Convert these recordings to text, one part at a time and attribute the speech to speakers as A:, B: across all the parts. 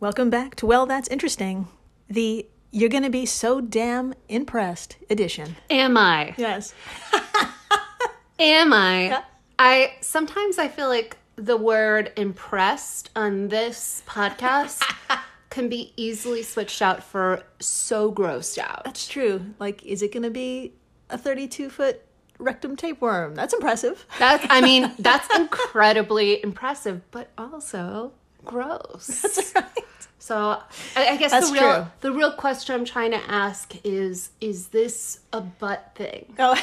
A: Welcome back to Well, That's Interesting, the You're Gonna Be So Damn Impressed edition.
B: Am I?
A: Yes.
B: Am I? I sometimes I feel like the word impressed on this podcast can be easily switched out for so grossed out.
A: It's true. Like, is it gonna be a 32 foot rectum tapeworm? That's impressive.
B: That's I mean, that's incredibly impressive, but also gross. So I, I guess
A: That's
B: the real
A: true.
B: the real question I'm trying to ask is is this a butt thing?
A: Oh.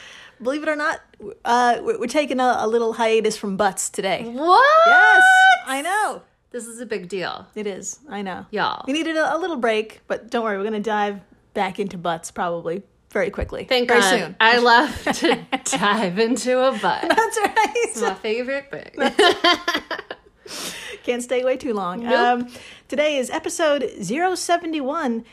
A: Believe it or not, uh, we're we're taking a, a little hiatus from butts today.
B: What?
A: Yes, I know.
B: This is a big deal.
A: It is. I know.
B: Y'all.
A: We needed a, a little break, but don't worry, we're gonna dive back into butts probably very quickly.
B: Thank
A: very
B: God.
A: soon.
B: I love to dive into a butt.
A: That's right.
B: my favorite thing.
A: Can't stay away too long. Um, today is episode 071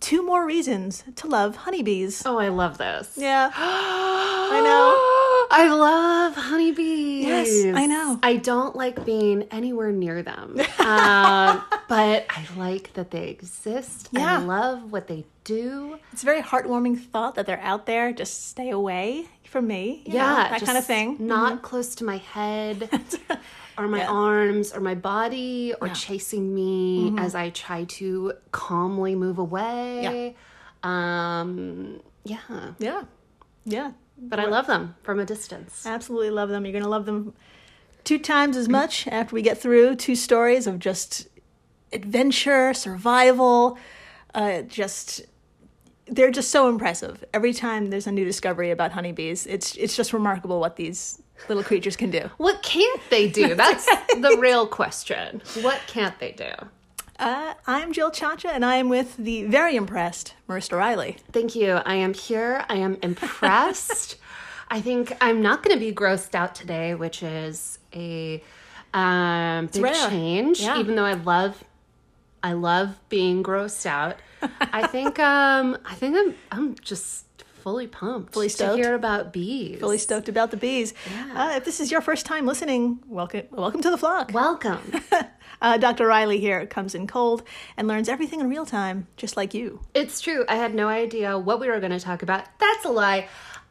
A: Two More Reasons to Love Honeybees.
B: Oh, I love this.
A: Yeah.
B: I
A: know.
B: I love honeybees.
A: Yes, I know.
B: I don't like being anywhere near them, um, but I like that they exist.
A: Yeah.
B: I love what they do.
A: It's a very heartwarming thought that they're out there. Just stay away from me. you know, that kind of
B: just
A: thing.
B: Not close to my head. Or my arms, or my body, or chasing me as I try to calmly move away. Um, yeah.
A: Yeah. Yeah.
B: But I love them from a distance.
A: Absolutely love them. You're going to love them two times as much after we get through two stories of just adventure, survival, uh, just. They're just so impressive. Every time there's a new discovery about honeybees, it's it's just remarkable what these little creatures can do.
B: What can't they do? That's the real question. What can't they do?
A: Uh, I'm Jill Chacha, and I am with the very impressed Marista Riley.
B: Thank you. I am here. I am impressed. I think I'm not going to be grossed out today, which is a um, big
A: rare.
B: change.
A: Yeah.
B: Even though I love, I love being grossed out. I think um, I think I'm I'm just fully pumped fully to
A: stoked?
B: hear about bees.
A: Really stoked about the bees. Uh, if this is your first time listening, welcome welcome to the flock.
B: Welcome.
A: Uh, Dr. Riley here comes in cold and learns everything in real time, just like you.
B: It's true. I had no idea what we were going to talk about. That's a lie.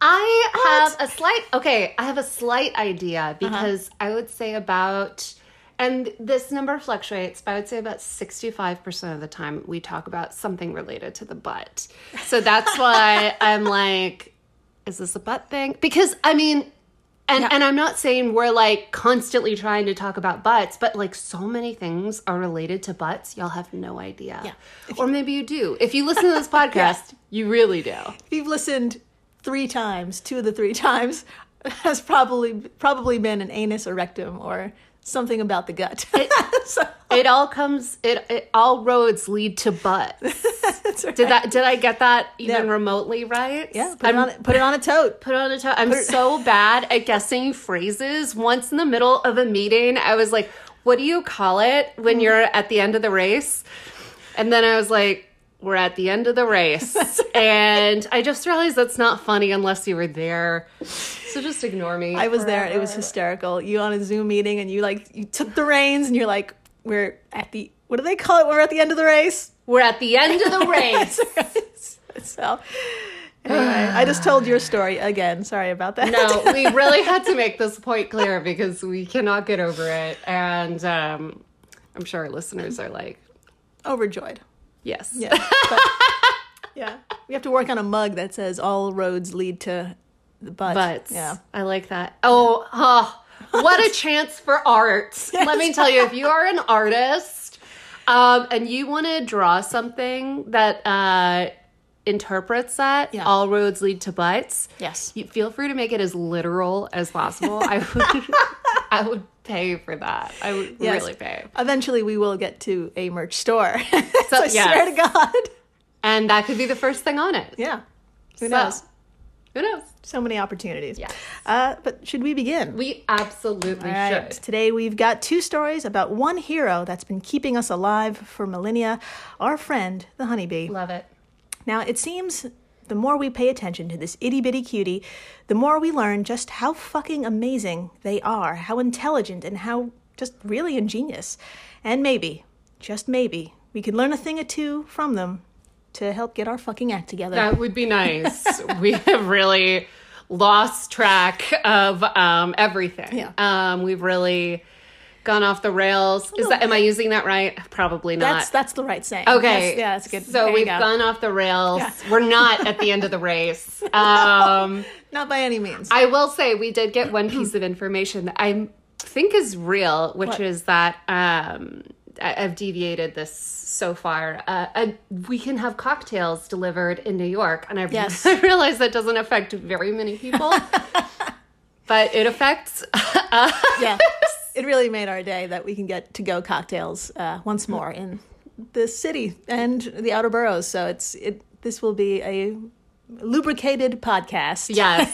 B: I have a slight okay, I have a slight idea because I would say about and this number fluctuates, but I would say about 65% of the time we talk about something related to the butt. So that's why I'm like is this a butt thing? Because I mean and, and I'm not saying we're like constantly trying to talk about butts, but like so many things are related to butts, y'all have no idea. Or maybe you do. If you listen to this podcast, you really do.
A: If you've listened three times, two of the three times, has probably probably been an anus or rectum or something about the gut. so,
B: It all comes it, it all roads lead to butts.
A: that's right.
B: Did that did I get that even
A: No.
B: remotely right?
A: yeah, put
B: I'm,
A: it, on, put it on a tote.
B: put it on a toe. I'm so bad at guessing phrases. Once in the middle of a meeting, I was like, what do you call it when you're at the end of the race? And then I was like, we're at the end of the race. and I just realized that's not funny unless you were there. So just ignore me.
A: I was there. It was hysterical. You on a Zoom meeting and you like you took the reins and you're like, we're at the what do they call it? We're at the end of the race.
B: We're at the end of the race.
A: So anyway, I just told your story again. Sorry about that.
B: no, we really had to make this point clear because we cannot get over it. And um, I'm sure our listeners are like,
A: Overjoyed.
B: yes.
A: Yeah. but- yeah. We have to work on a mug that says all roads lead to the butt.
B: Butts.
A: Yeah.
B: I like that. Oh, oh, what a chance for art. Let me tell you, if you are an artist um, and you want to draw something that uh, interprets that,
A: Yeah.
B: all roads lead to butts,
A: Yes.
B: you, feel free to make it as literal as possible. I would, I would pay for that. I would
A: Yes.
B: really pay.
A: Eventually we will get to a merch store. so, I
B: yes.
A: swear to God.
B: And that could be the first thing on it.
A: Yeah. Who
B: So,
A: knows?
B: Who knows?
A: So many opportunities.
B: Yes.
A: Uh, but should we begin?
B: We absolutely
A: All right.
B: should.
A: Today we've got two stories about one hero that's been keeping us alive for millennia, our friend, the honeybee.
B: Love it.
A: Now, it seems the more we pay attention to this itty bitty cutie, the more we learn just how fucking amazing they are, how intelligent and how just really ingenious. And maybe, just maybe, we can learn a thing or two from them to help get our fucking act together.
B: That would be nice. we have really lost track of um, everything.
A: Yeah.
B: Um, we've really gone off the rails. Is that am I using that right? Probably not.
A: that's that's the right saying. Yes,
B: okay.
A: yeah, that's good.
B: So
A: There you
B: we've
A: go.
B: gone off the rails. We're not at the end of the race. Um,
A: Not by any means.
B: I will say we did get one piece of information that I think is real, which
A: What?
B: is that um, I, I've deviated this so far. Uh, I, we can have cocktails delivered in New York, and I,
A: Yes.
B: I realize that doesn't affect very many people, but it affects
A: yeah. It really made our day that we can get to go cocktails uh,
B: Hmm.
A: once more in the city and the outer boroughs. So it's it. This will be a lubricated podcast.
B: Yes.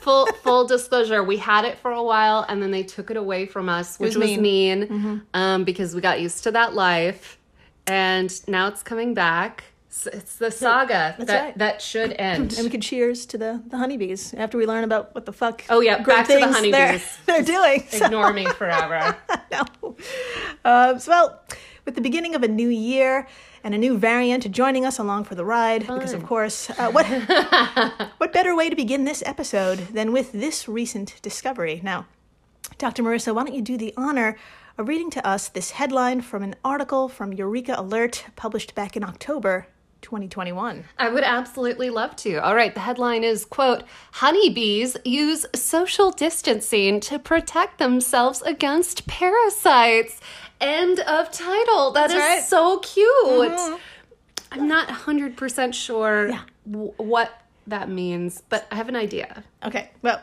B: full full disclosure, we had it for a while and then they took it away from us, which
A: was
B: was mean,
A: mean. Mm-hmm.
B: um, because we got used to that life, and now it's coming back. S- It's the saga that
A: right.
B: that should
A: And we
B: end.
A: could cheers to the, the honeybees after we learn about what the fuck.
B: Oh, yeah,
A: great
B: back to the
A: things they're,
B: honeybees.
A: they're doing. So,
B: Ignore me forever.
A: no. Um, so, well, with the beginning of a new year and a new variant joining us along for the ride, because of course, uh, what what better way to begin this episode than with this recent discovery? Now, Dr. Marissa, why don't you do the honor of reading to us this headline from an article from Eureka Alert published back in October 2021.
B: I would absolutely love to. All right, the headline is quote, honeybees use social distancing to protect themselves against parasites. End of title. That's Mm-hmm.
A: right.
B: so cute. I'm not 100% sure w- what that means, but I have an idea.
A: Okay, well,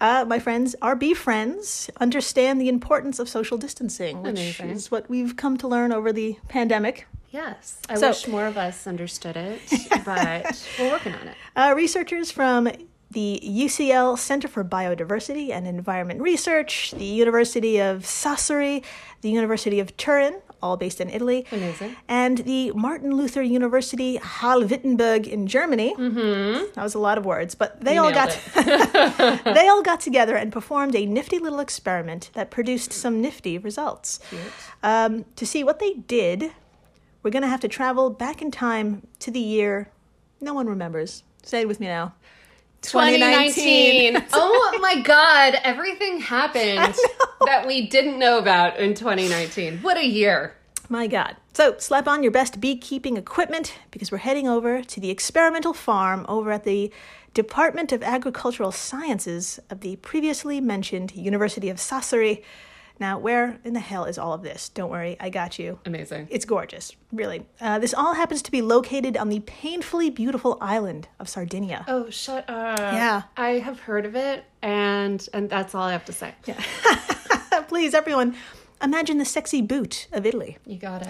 A: uh, my friends, our bee friends understand the importance of social distancing, which
B: Amazing.
A: is what we've come to learn over the pandemic.
B: Yes. I
A: So-
B: wish more of us understood it, but we're working on it.
A: Uh, researchers from the UCL Center for Biodiversity and Environment Research, the University of Sassari, the University of Turin, all based in Italy,
B: Amazing.
A: and the Martin Luther University Halle-Wittenberg in Germany. Mm-hmm. That was a lot of words, but they all
B: Nailed
A: got they all got together and performed a nifty little experiment that produced some nifty results. Um, to see what they did, we're going to have to travel back in time to the year no one remembers. Say it with me now.
B: 2019. oh my God. Everything happened that we didn't know about in 2019. What a year.
A: My God. So slap on your best beekeeping equipment because we're heading over to the experimental farm over at the Department of Agricultural Sciences of the previously mentioned University of Sassari. Now, where in the hell is all of this? Don't worry, I got you.
B: Amazing.
A: It's gorgeous, really. Uh, this all happens to be located on the painfully beautiful island of Sardinia.
B: Oh, shut up.
A: Yeah.
B: I have heard of it, and and that's all I have to say.
A: Uh, Please, everyone, imagine the sexy boot of Italy.
B: You got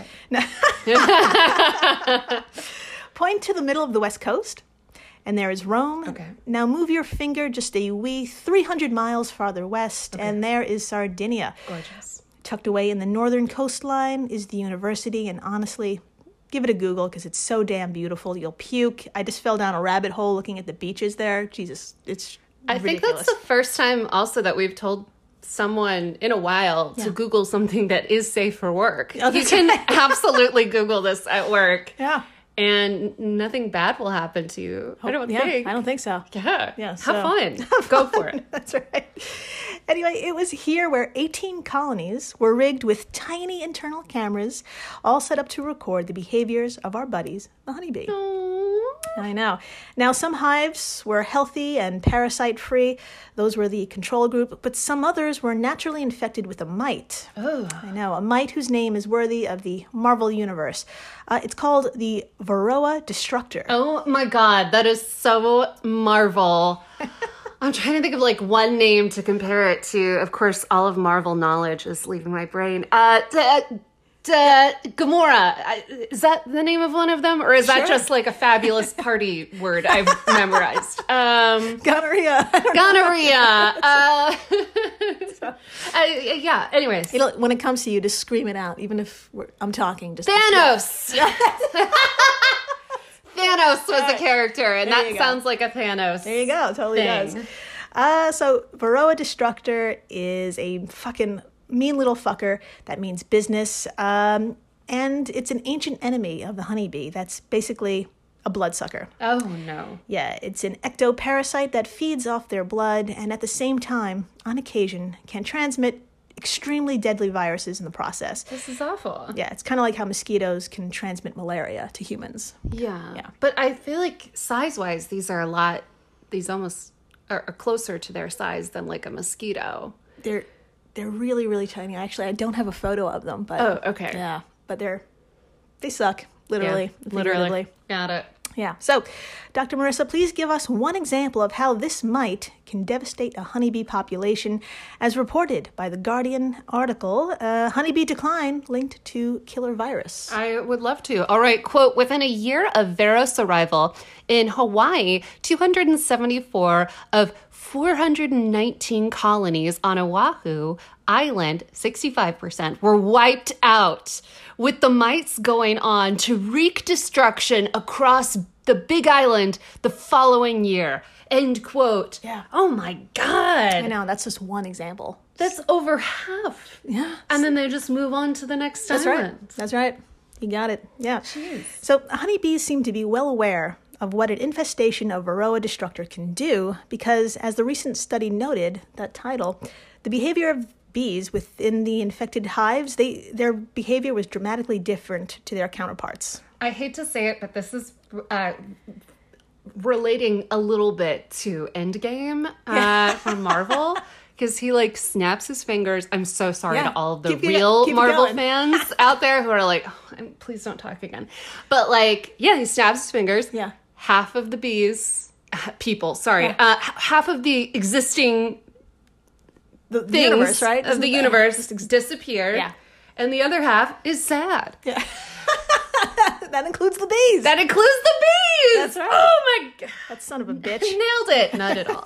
B: it.
A: Point to the middle of the west coast, and there is Rome.
B: Okay.
A: Now move your finger just a wee 300 miles farther west, and there is Sardinia.
B: Gorgeous.
A: Tucked away in the northern coastline is the university, and honestly, give it a Google because it's so damn beautiful. You'll puke. I just fell down a rabbit hole looking at the beaches there. Jesus, it's
B: I think that's the first time also that we've told someone in a while to Google something that is safe for work. you
A: that's
B: can absolutely Google this at work,
A: yeah.
B: and nothing bad will happen to you. I don't
A: yeah,
B: think.
A: I don't think so.
B: yeah.
A: Yeah,
B: Have
A: so-
B: fun. Go for it.
A: That's right. Anyway, it was here where 18 colonies were rigged with tiny internal cameras, all set up to record the behaviors of our buddies, the honeybee. I know. Now, some hives were healthy and parasite free, those were the control group, but some others were naturally infected with a mite. Oh. I know, a mite whose name is worthy of the Marvel Universe. Uh, it's called the Varroa Destructor.
B: Oh my god, that is so Marvel. I'm trying to think of like one name to compare it to. Of course, all of Marvel knowledge is leaving my brain. Uh, d- d- Gamora. I- Is that the name of one of them, or is that just like a fabulous party word I've memorized? Um,
A: Gonorrhea. I don't know.
B: gonorrhea. Uh, I- yeah. Anyways,
A: It'll, when it comes to you, just scream it out, even if we're, I'm talking. Just
B: Thanos. Thanos was a character, and
A: you
B: that
A: go.
B: sounds like a Thanos.
A: There you go. Totally
B: Thing.
A: does. Uh, so Varroa Destructor is a fucking mean little fucker. That means business. Um, and it's an ancient enemy of the honeybee. That's basically a bloodsucker.
B: Oh no.
A: Yeah, it's an ectoparasite that feeds off their blood and at the same time, on occasion, can transmit extremely deadly viruses in the process.
B: This is awful.
A: Yeah, it's kind of like how mosquitoes can transmit malaria to humans.
B: Yeah. But I feel like size wise, these are a lot, these almost are, are closer to their size than like a mosquito.
A: They're they're really really tiny. Actually, I don't have a photo of them, but
B: Oh, okay.
A: yeah, but they're they suck literally,
B: Yeah, literally.
A: figuratively.
B: Got it.
A: Yeah. So, Dr. Marissa, please give us one example of how this mite can devastate a honeybee population, as reported by the Guardian article uh, Honeybee Decline Linked to Killer Virus.
B: I would love to. All right, quote Within a year of Veros' arrival in Hawaii, 274 of 419 colonies on Oahu Island, 65%, were wiped out, with the mites going on to wreak destruction across the Big Island the following year. End quote.
A: Yeah.
B: Oh my God.
A: I know, that's just one example.
B: That's over half.
A: Yeah.
B: And then they just move on to the next
A: That's
B: island.
A: right. That's right. You got it. Yeah. So honeybees seem to be well aware of what an infestation of Varroa destructor can do because, as the recent study noted, that title, the behavior of bees within the infected hives, they their behavior was dramatically different to their counterparts.
B: I hate to say it, but this is uh, relating a little bit to Endgame uh, from Marvel. Because he like snaps his fingers. I'm so sorry
A: Yeah.
B: to all of the
A: Keep it-
B: real
A: keep it
B: Marvel
A: going.
B: fans out there who are like, oh, I'm- please don't talk again. But like, yeah, he snaps his fingers.
A: Yeah.
B: Half of the bees, people, sorry, uh, h- half of the existing
A: The, the
B: things Uh,
A: universe, right?
B: of
A: Isn't
B: the
A: it-
B: universe disappeared.
A: Yeah.
B: And the other half is sad.
A: That includes the bees.
B: That includes the bees.
A: That's right.
B: Oh my god.
A: that son of a bitch.
B: Nailed it. Not at all.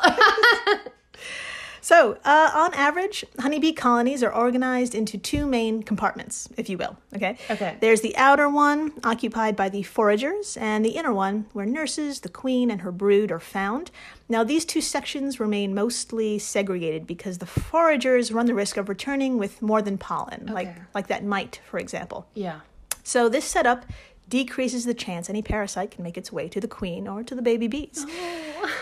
A: So, uh, on average, honeybee colonies are organized into two main compartments, if you will. Okay.
B: Okay.
A: There's the outer one occupied by the foragers, and the inner one where nurses, the queen, and her brood are found. Now, these two sections remain mostly segregated because the foragers run the risk of returning with more than pollen, like
B: Okay.
A: like that mite, for example.
B: yeah.
A: So this setup decreases the chance any parasite can make its way to the queen or to the baby bees.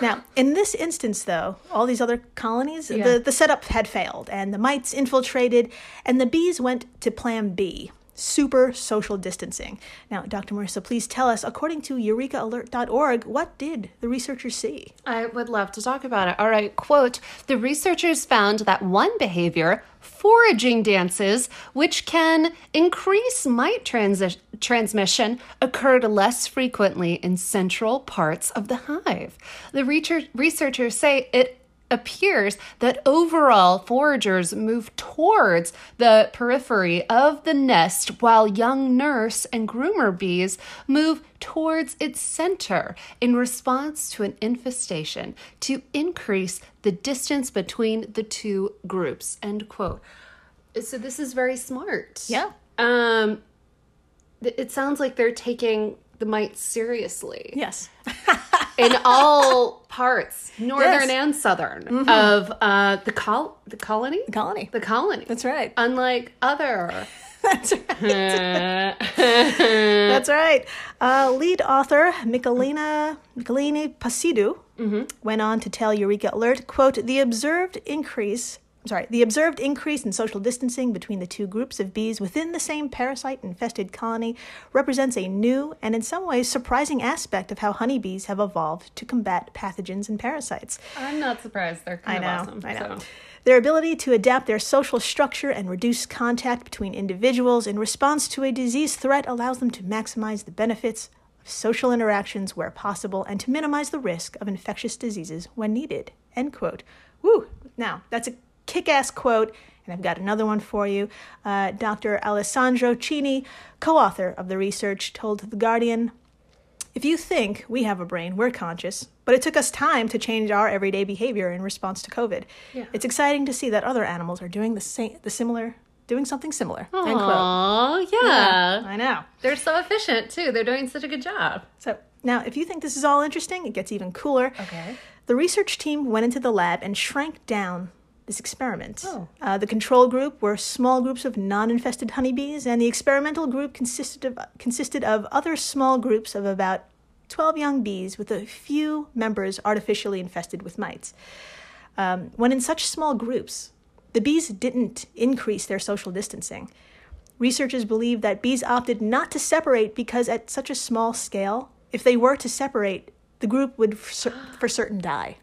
A: Now, in this instance, though, all these other colonies,
B: Yeah.
A: the, the setup had failed, and the mites infiltrated, and the bees went to plan B. Super social distancing. Now, Dr. Marissa, please tell us, according to eurekaalert.org, what did the researchers see?
B: I would love to talk about it. All right, quote The researchers found that one behavior, foraging dances, which can increase mite transi- transmission, occurred less frequently in central parts of the hive. The reacher- researchers say it appears that overall foragers move towards the periphery of the nest while young nurse and groomer bees move towards its center in response to an infestation to increase the distance between the two groups end quote so this is very smart
A: Yeah.
B: um th- it sounds like they're taking the mites seriously
A: Yes.
B: in all parts, northern
A: Yes. Mm-hmm.
B: and southern, of uh, the col the colony, the
A: Colony.
B: the colony.
A: That's right.
B: Unlike other,
A: That's right. That's right. Uh, lead author Michelina Michelini Pasidu went on to tell Eureka Alert, quote, the observed increase I'm sorry, the observed increase in social distancing between the two groups of bees within the same parasite infested colony represents a new and in some ways surprising aspect of how honeybees have evolved to combat pathogens and parasites.
B: I'm not surprised they're
A: I
B: kind
A: know.
B: of awesome.
A: I know.
B: so.
A: Their ability to adapt their social structure and reduce contact between individuals in response to a disease threat allows them to maximize the benefits of social interactions where possible and to minimize the risk of infectious diseases when needed. End quote. Woo! Now, that's a kick ass quote, and I've got another one for you. Uh, Dr. Alessandro Cini, co author of the research, told The Guardian. If you think we have a brain, we're conscious, but it took us time to change our everyday behavior in response to COVID. It's exciting to see that other animals are doing the same, the similar, doing something similar. End quote.
B: Aw, yeah.
A: I know.
B: They're so efficient too. They're doing such a good job.
A: So now, if you think this is all interesting, it gets even cooler.
B: Okay.
A: The research team went into the lab and shrank down this experiment.
B: Oh.
A: Uh, the control group were small groups of non-infested honeybees, and the experimental group consisted of consisted of other small groups of about twelve young bees, with a few members artificially infested with mites. Um, when in such small groups, the bees didn't increase their social distancing. Researchers believe that bees opted not to separate because, at such a small scale, if they were to separate, the group would for, cer- for certain die.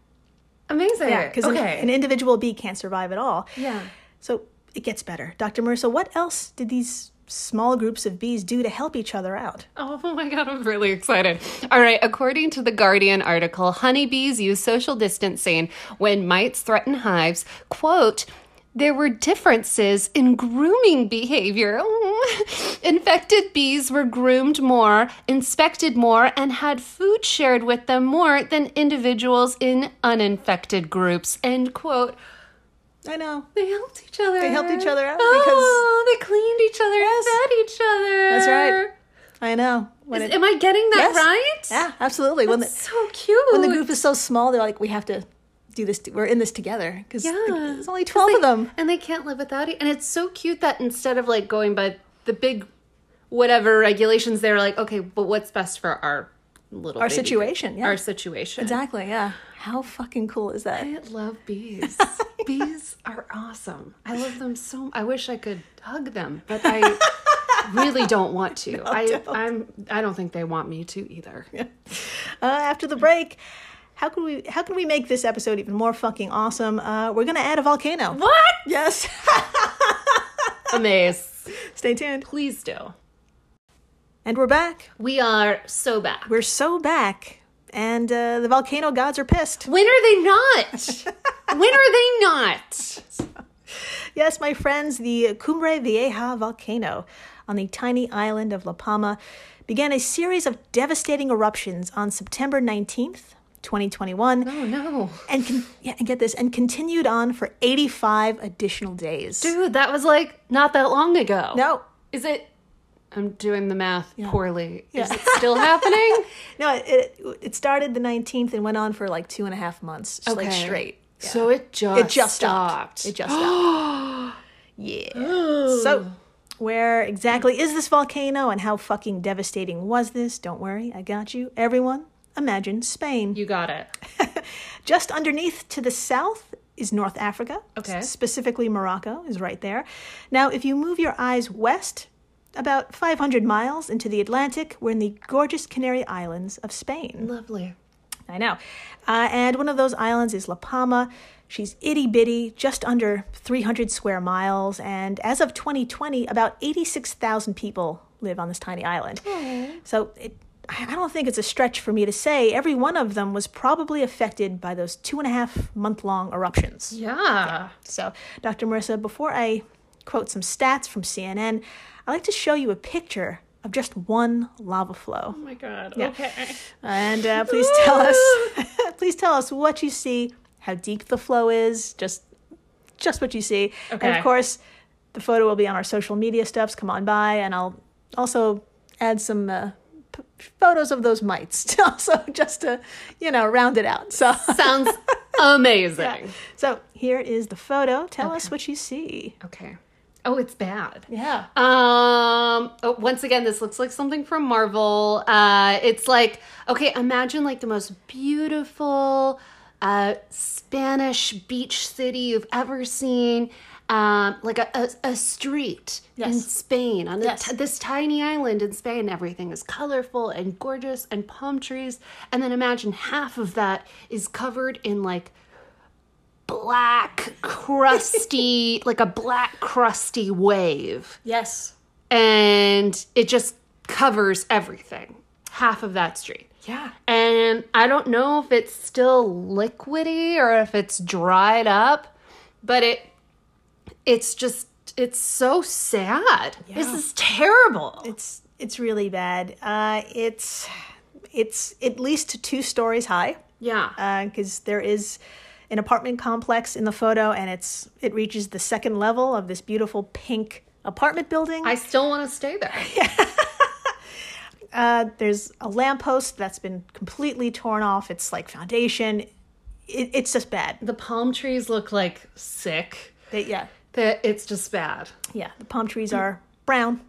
B: Amazing.
A: Yeah, because
B: okay.
A: an, an individual bee can't survive at all.
B: Yeah.
A: So it gets better. Dr. Mercer, what else did these small groups of bees do to help each other out?
B: Oh my God, I'm really excited. All right, according to the Guardian article, honeybees use social distancing when mites threaten hives. Quote, there were differences in grooming behavior. Infected bees were groomed more, inspected more, and had food shared with them more than individuals in uninfected groups. End quote.
A: I know.
B: They helped each other.
A: They helped each other out
B: oh, they cleaned each other,
A: Yes.
B: fed each other.
A: That's right. I know. When
B: Is-
A: it-
B: am I getting that
A: Yes.
B: right?
A: Yeah, absolutely. When the,
B: So cute.
A: when the group is so small, they're like, we have to do this. We're in this together because
B: Yeah.
A: there's only 12 of them.
B: and they can't live without it. And it's so cute that instead of like going by the big whatever regulations, they're like, okay, but what's best for our little
A: Our
B: baby
A: situation,
B: group?
A: yeah.
B: our situation.
A: Exactly, yeah. How fucking cool is that?
B: I love bees. bees are awesome. I love them so. I wish I could hug them, but I really don't want to. I I'm I don't think they want me to either.
A: uh, after the break. How can we how can we make this episode even more fucking awesome? Uh, we're gonna add a volcano.
B: What?
A: Yes.
B: Amaze.
A: Stay tuned.
B: Please do.
A: And we're back.
B: We are so back.
A: We're so back. And uh, the volcano gods are pissed.
B: When are they not? when are they not?
A: Yes, my friends, the Cumbre Vieja volcano on the tiny island of La Palma began a series of devastating eruptions on September 19th, 2021,
B: Oh no.
A: and con- yeah, and get this, and continued on for 85 additional days.
B: Dude, that was like not that long ago.
A: No,
B: Is it I'm doing the math poorly. Is
A: Yeah.
B: it still happening?
A: no, it, it started the 19th and went on for like two and a half months, just like
B: Okay.
A: straight.
B: So it just
A: It just stopped. It just stopped. yeah. So, where exactly is this volcano and how fucking devastating was this? Don't worry, I got you. Everyone, imagine Spain.
B: You got it.
A: Just underneath to the south is North Africa.
B: Okay.
A: S- Specifically, Morocco is right there. Now, if you move your eyes west, about 500 miles into the Atlantic, we're in the gorgeous Canary Islands of Spain.
B: Lovely.
A: I know. Uh, and one of those islands is La Palma. She's itty bitty, just under 300 square miles. And as of 2020, about 86,000 people live on this tiny island. So it, I I don't think it's a stretch for me to say every one of them was probably affected by those two and a half month long eruptions.
B: Yeah.
A: So, Dr. Marissa, before I quote some stats from CNN, I'd like to show you a picture of just one lava flow.
B: Oh my god. Okay.
A: And uh, please tell us, please tell us what you see, how deep the flow is, just just what you see. And
B: Okay.
A: of course, the photo will be on our social media stuffs. Come on by, and I'll also add some uh, p- photos of those mites, to also just to you know round it out. So,
B: Sounds amazing.
A: so here is the photo. Tell us what you see.
B: Okay. Oh, it's bad.
A: Yeah.
B: Um. oh, Once again, this looks like something from Marvel. Uh, it's like okay, imagine like the most beautiful uh, Spanish beach city you've ever seen. Um, like a, a, a street in
A: Yes.
B: Spain on the
A: Yes.
B: t- this tiny island in Spain. Everything is colorful and gorgeous and palm trees. And then imagine half of that is covered in like black, crusty, like a black, crusty wave
A: Yes.
B: and it just covers everything half of that street
A: Yeah.
B: and i don't know if it's still liquidy or if it's dried up but it it's just it's so sad this is terrible
A: It's it's really bad. Uh, it's it's at least two stories high.
B: yeah
A: because uh, there is an apartment complex in the photo, and it's it reaches the second level of this beautiful pink apartment building.
B: i still want to stay there
A: uh, there's a lamppost that's been completely torn off its like foundation. it, it's just bad.
B: The palm trees look like sick.
A: They, yeah,
B: That it's just bad.
A: yeah. The palm trees are brown.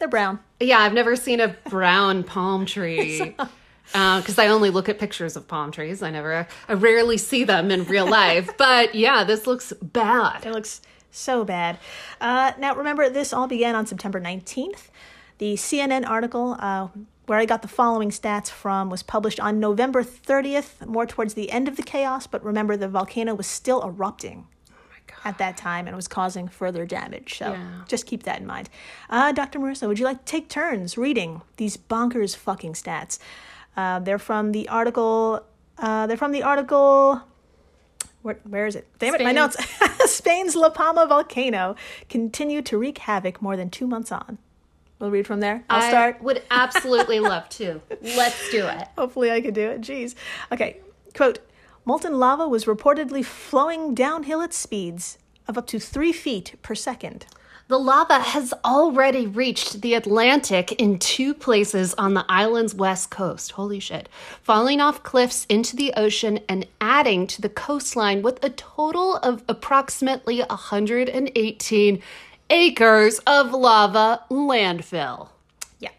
A: They're brown.
B: Yeah, I've never seen a brown palm tree.
A: uh,
B: Because I only look at pictures of palm trees. I never, I rarely see them in real life. But yeah, this looks bad.
A: It looks so bad. Uh, now, remember, this all began on September 19th. The CNN article uh, where I got the following stats from was published on November 30th, more towards the end of the chaos. But remember, the volcano was still erupting. At that time, and was causing further damage. So
B: Yeah.
A: just keep that in mind. Uh, Dr. Marissa, would you like to take turns reading these bonkers fucking stats? Uh, they're from the article. Uh, they're from the article where, where is it? Damn it, my
B: Spain.
A: notes. Spain's La Palma volcano continue to wreak havoc more than two months on. We'll read from there. I'll
B: I
A: start.
B: would absolutely love to. Let's do it.
A: Hopefully, I can do it. Jeez. Okay. Quote Molten lava was reportedly flowing downhill at speeds of up to three feet per second.
B: The lava has already reached the Atlantic in two places on the island's west coast. Holy shit. Falling off cliffs into the ocean and adding to the coastline with a total of approximately 118 acres of lava landfill.
A: Yeah.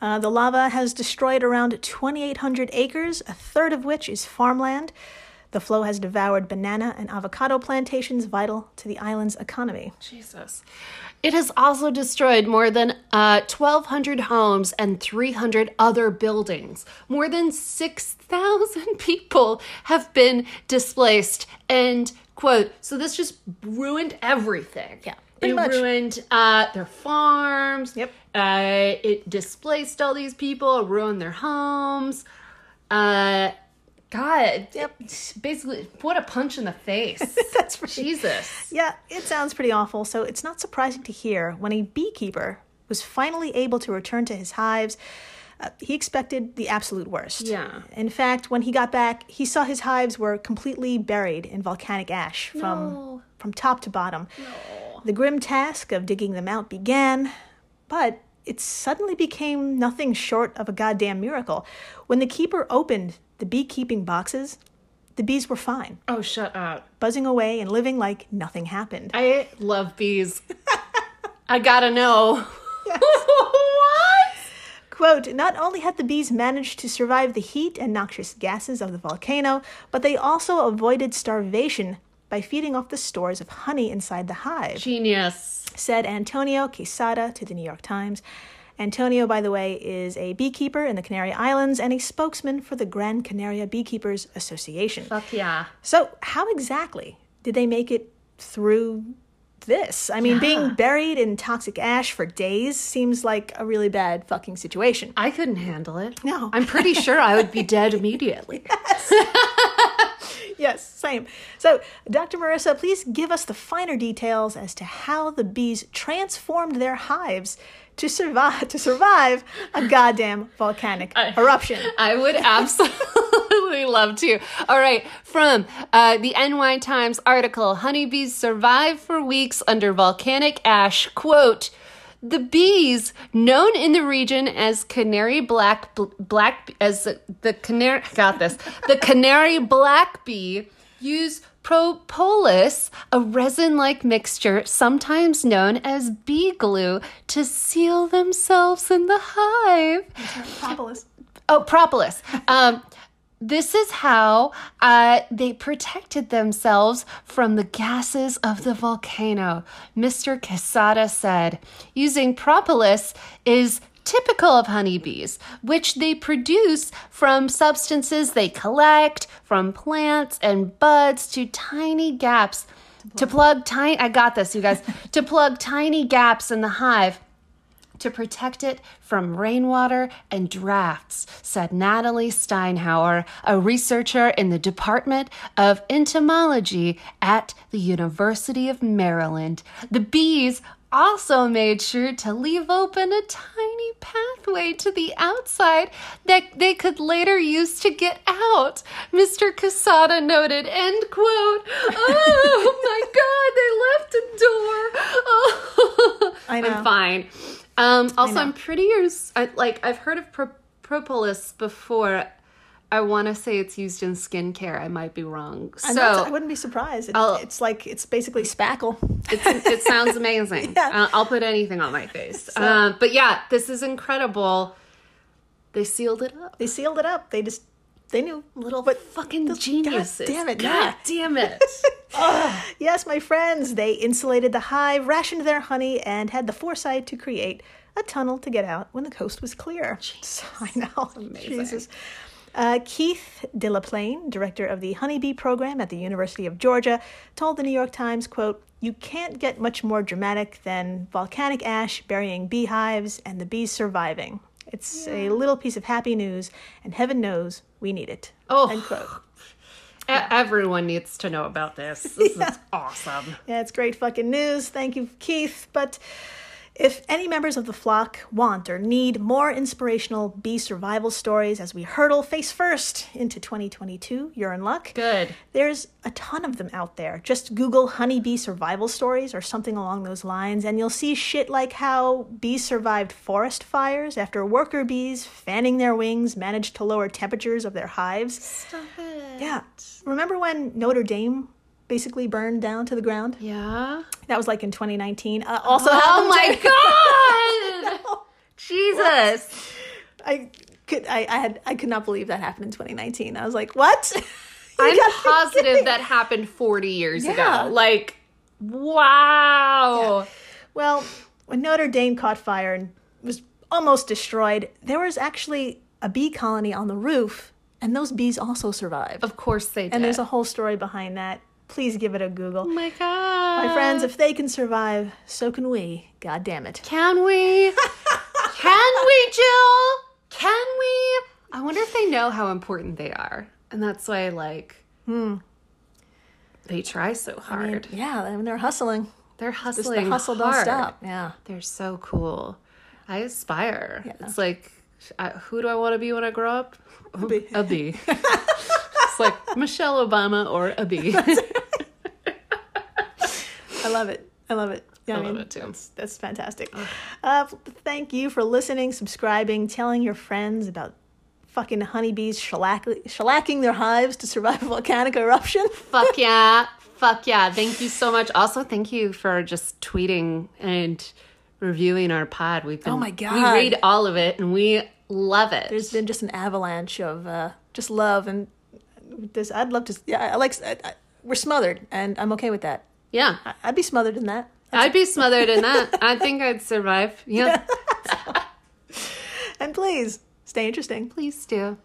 A: Uh, the lava has destroyed around 2,800 acres, a third of which is farmland. The flow has devoured banana and avocado plantations vital to the island's economy.
B: Jesus. It has also destroyed more than uh, 1,200 homes and 300 other buildings. More than 6,000 people have been displaced. And, quote, so this just ruined everything.
A: Yeah, pretty
B: It
A: much.
B: ruined uh, their farms.
A: Yep.
B: Uh, it displaced all these people, ruined their homes. Uh, God. Yep. Basically, what a punch in the face.
A: That's for sure.
B: Jesus.
A: Yeah, it sounds pretty awful, so it's not surprising to hear when a beekeeper was finally able to return to his hives. Uh, he expected the absolute worst.
B: Yeah.
A: In fact, when he got back, he saw his hives were completely buried in volcanic ash from
B: No.
A: from top to bottom. The grim task of digging them out began, but it suddenly became nothing short of a goddamn miracle. When the keeper opened the beekeeping boxes, the bees were fine,
B: Oh, shut up.
A: buzzing away and living like nothing happened.
B: I love bees. I gotta know.
A: Quote, not only had the bees managed to survive the heat and noxious gases of the volcano, but they also avoided starvation by feeding off the stores of honey inside the hive,
B: Genius.
A: said Antonio Quesada to the New York Times. Antonio, by the way, is a beekeeper in the Canary Islands and a spokesman for the Gran Canaria Beekeepers Association.
B: Fuck yeah.
A: So, how exactly did they make it through this? I mean, being buried in toxic ash for days seems like a really bad fucking situation.
B: I couldn't handle it.
A: No.
B: I'm pretty sure I would be dead immediately.
A: Yes, same. So, Dr. Marissa, please give us the finer details as to how the bees transformed their hives to survive to survive a goddamn volcanic eruption.
B: I would absolutely love to. All right, from uh, the NY Times article Honeybees survive for weeks under volcanic ash. Quote, the bees, known in the region as canary black bl- black as the, the canary got this the canary black bee, use propolis, a resin-like mixture sometimes known as bee glue, to seal themselves in the hive.
A: Propolis.
B: Oh, propolis. Um, this is how uh, they protected themselves from the gases of the volcano. Mr. Quesada said using propolis is typical of honeybees, which they produce from substances they collect from plants and buds to tiny gaps. To plug tiny, I got this, you guys. to plug tiny gaps in the hive to protect it from rainwater and drafts, said Natalie Steinhauer, a researcher in the Department of Entomology at the University of Maryland. The bees also made sure to leave open a tiny pathway to the outside that they could later use to get out mr casada noted end quote oh my god they left a door oh.
A: I know.
B: am fine um also i'm pretty I, like i've heard of pro- propolis before I want to say it's used in skincare. I might be wrong.
A: I'm
B: So
A: not- I wouldn't be surprised. It-
B: I'll-
A: it's like it's basically spackle.
B: It's, it sounds amazing.
A: Yeah.
B: Uh, I'll put anything on my face. Um, but yeah, this is incredible. They sealed it up.
A: They sealed it up. They just they knew little
B: But fucking geniuses.
A: damn it,
B: God
A: yeah.
B: damn it.
A: Yes, my friends, they insulated the hive, rationed their honey, and had the foresight to create a tunnel to get out when the coast was clear. So, I know. Jesus. Uh, Keith Delaplane, director of the honeybee program at the University of Georgia, told the New York Times, quote, you can't get much more dramatic than volcanic ash burying beehives and the bees surviving. It's a little piece of happy news, and heaven knows we need it.
B: Oh.
A: End quote.
B: E- Everyone needs to know about this. This is awesome.
A: Yeah, it's great fucking news. Thank you, Keith. But if any members of the flock want or need more inspirational bee survival stories as we hurtle face first into 2022, you're in luck.
B: Good.
A: There's a ton of them out there. Just Google honeybee survival stories or something along those lines, and you'll see shit like how bees survived forest fires after worker bees fanning their wings managed to lower temperatures of their hives.
B: Stop it.
A: Yeah. Remember when Notre Dame basically burned down to the ground?
B: Yeah.
A: That was like in 2019. Uh, also,
B: Oh
A: happened
B: my god. Jesus.
A: to- I could I, I had I could not believe that happened in 2019. I was like, what? You
B: I'm
A: gotta be
B: positive
A: kidding.
B: that happened 40 years
A: Yeah.
B: ago. Like, wow.
A: Well, when Notre Dame caught fire and was almost destroyed, there was actually a bee colony on the roof, and those bees also survived.
B: Of course they did.
A: And there's a whole story behind that. Please give it a Google.
B: Oh my god.
A: My friends, if they can survive, so can we. God damn it.
B: Can we? Can we, Jill? Can we? I wonder if they know how important they are. And that's why, like, Hmm. they try so hard.
A: Yeah, I mean, they're hustling.
B: They're
A: Just
B: hustling.
A: the hustle don't
B: hard.
A: stop. Yeah.
B: They're so cool. I aspire. It's like, I, who do I want to be when I grow up? A
A: bee.
B: A bee. it's like Michelle Obama or a bee.
A: I love it. I love it. Yeah, I,
B: love
A: mean,
B: it too.
A: That's, that's fantastic. Uh, f- thank you for listening, subscribing, telling your friends about fucking honeybees shellac- shellacking their hives to survive a volcanic eruption.
B: Fuck yeah. Fuck yeah. Thank you so much. Also, thank you for just tweeting and reviewing our pod. We've been,
A: Oh my God.
B: We read all of it and we love it.
A: There's been just an avalanche of uh, just love and this. I'd love to. s- Yeah, I like. s- I, I- we're smothered, and I'm okay with that.
B: yeah.
A: I, I'd be smothered in that.
B: I'd be smothered in that. I think I'd survive. Yeah.
A: And please stay interesting.
B: Please do.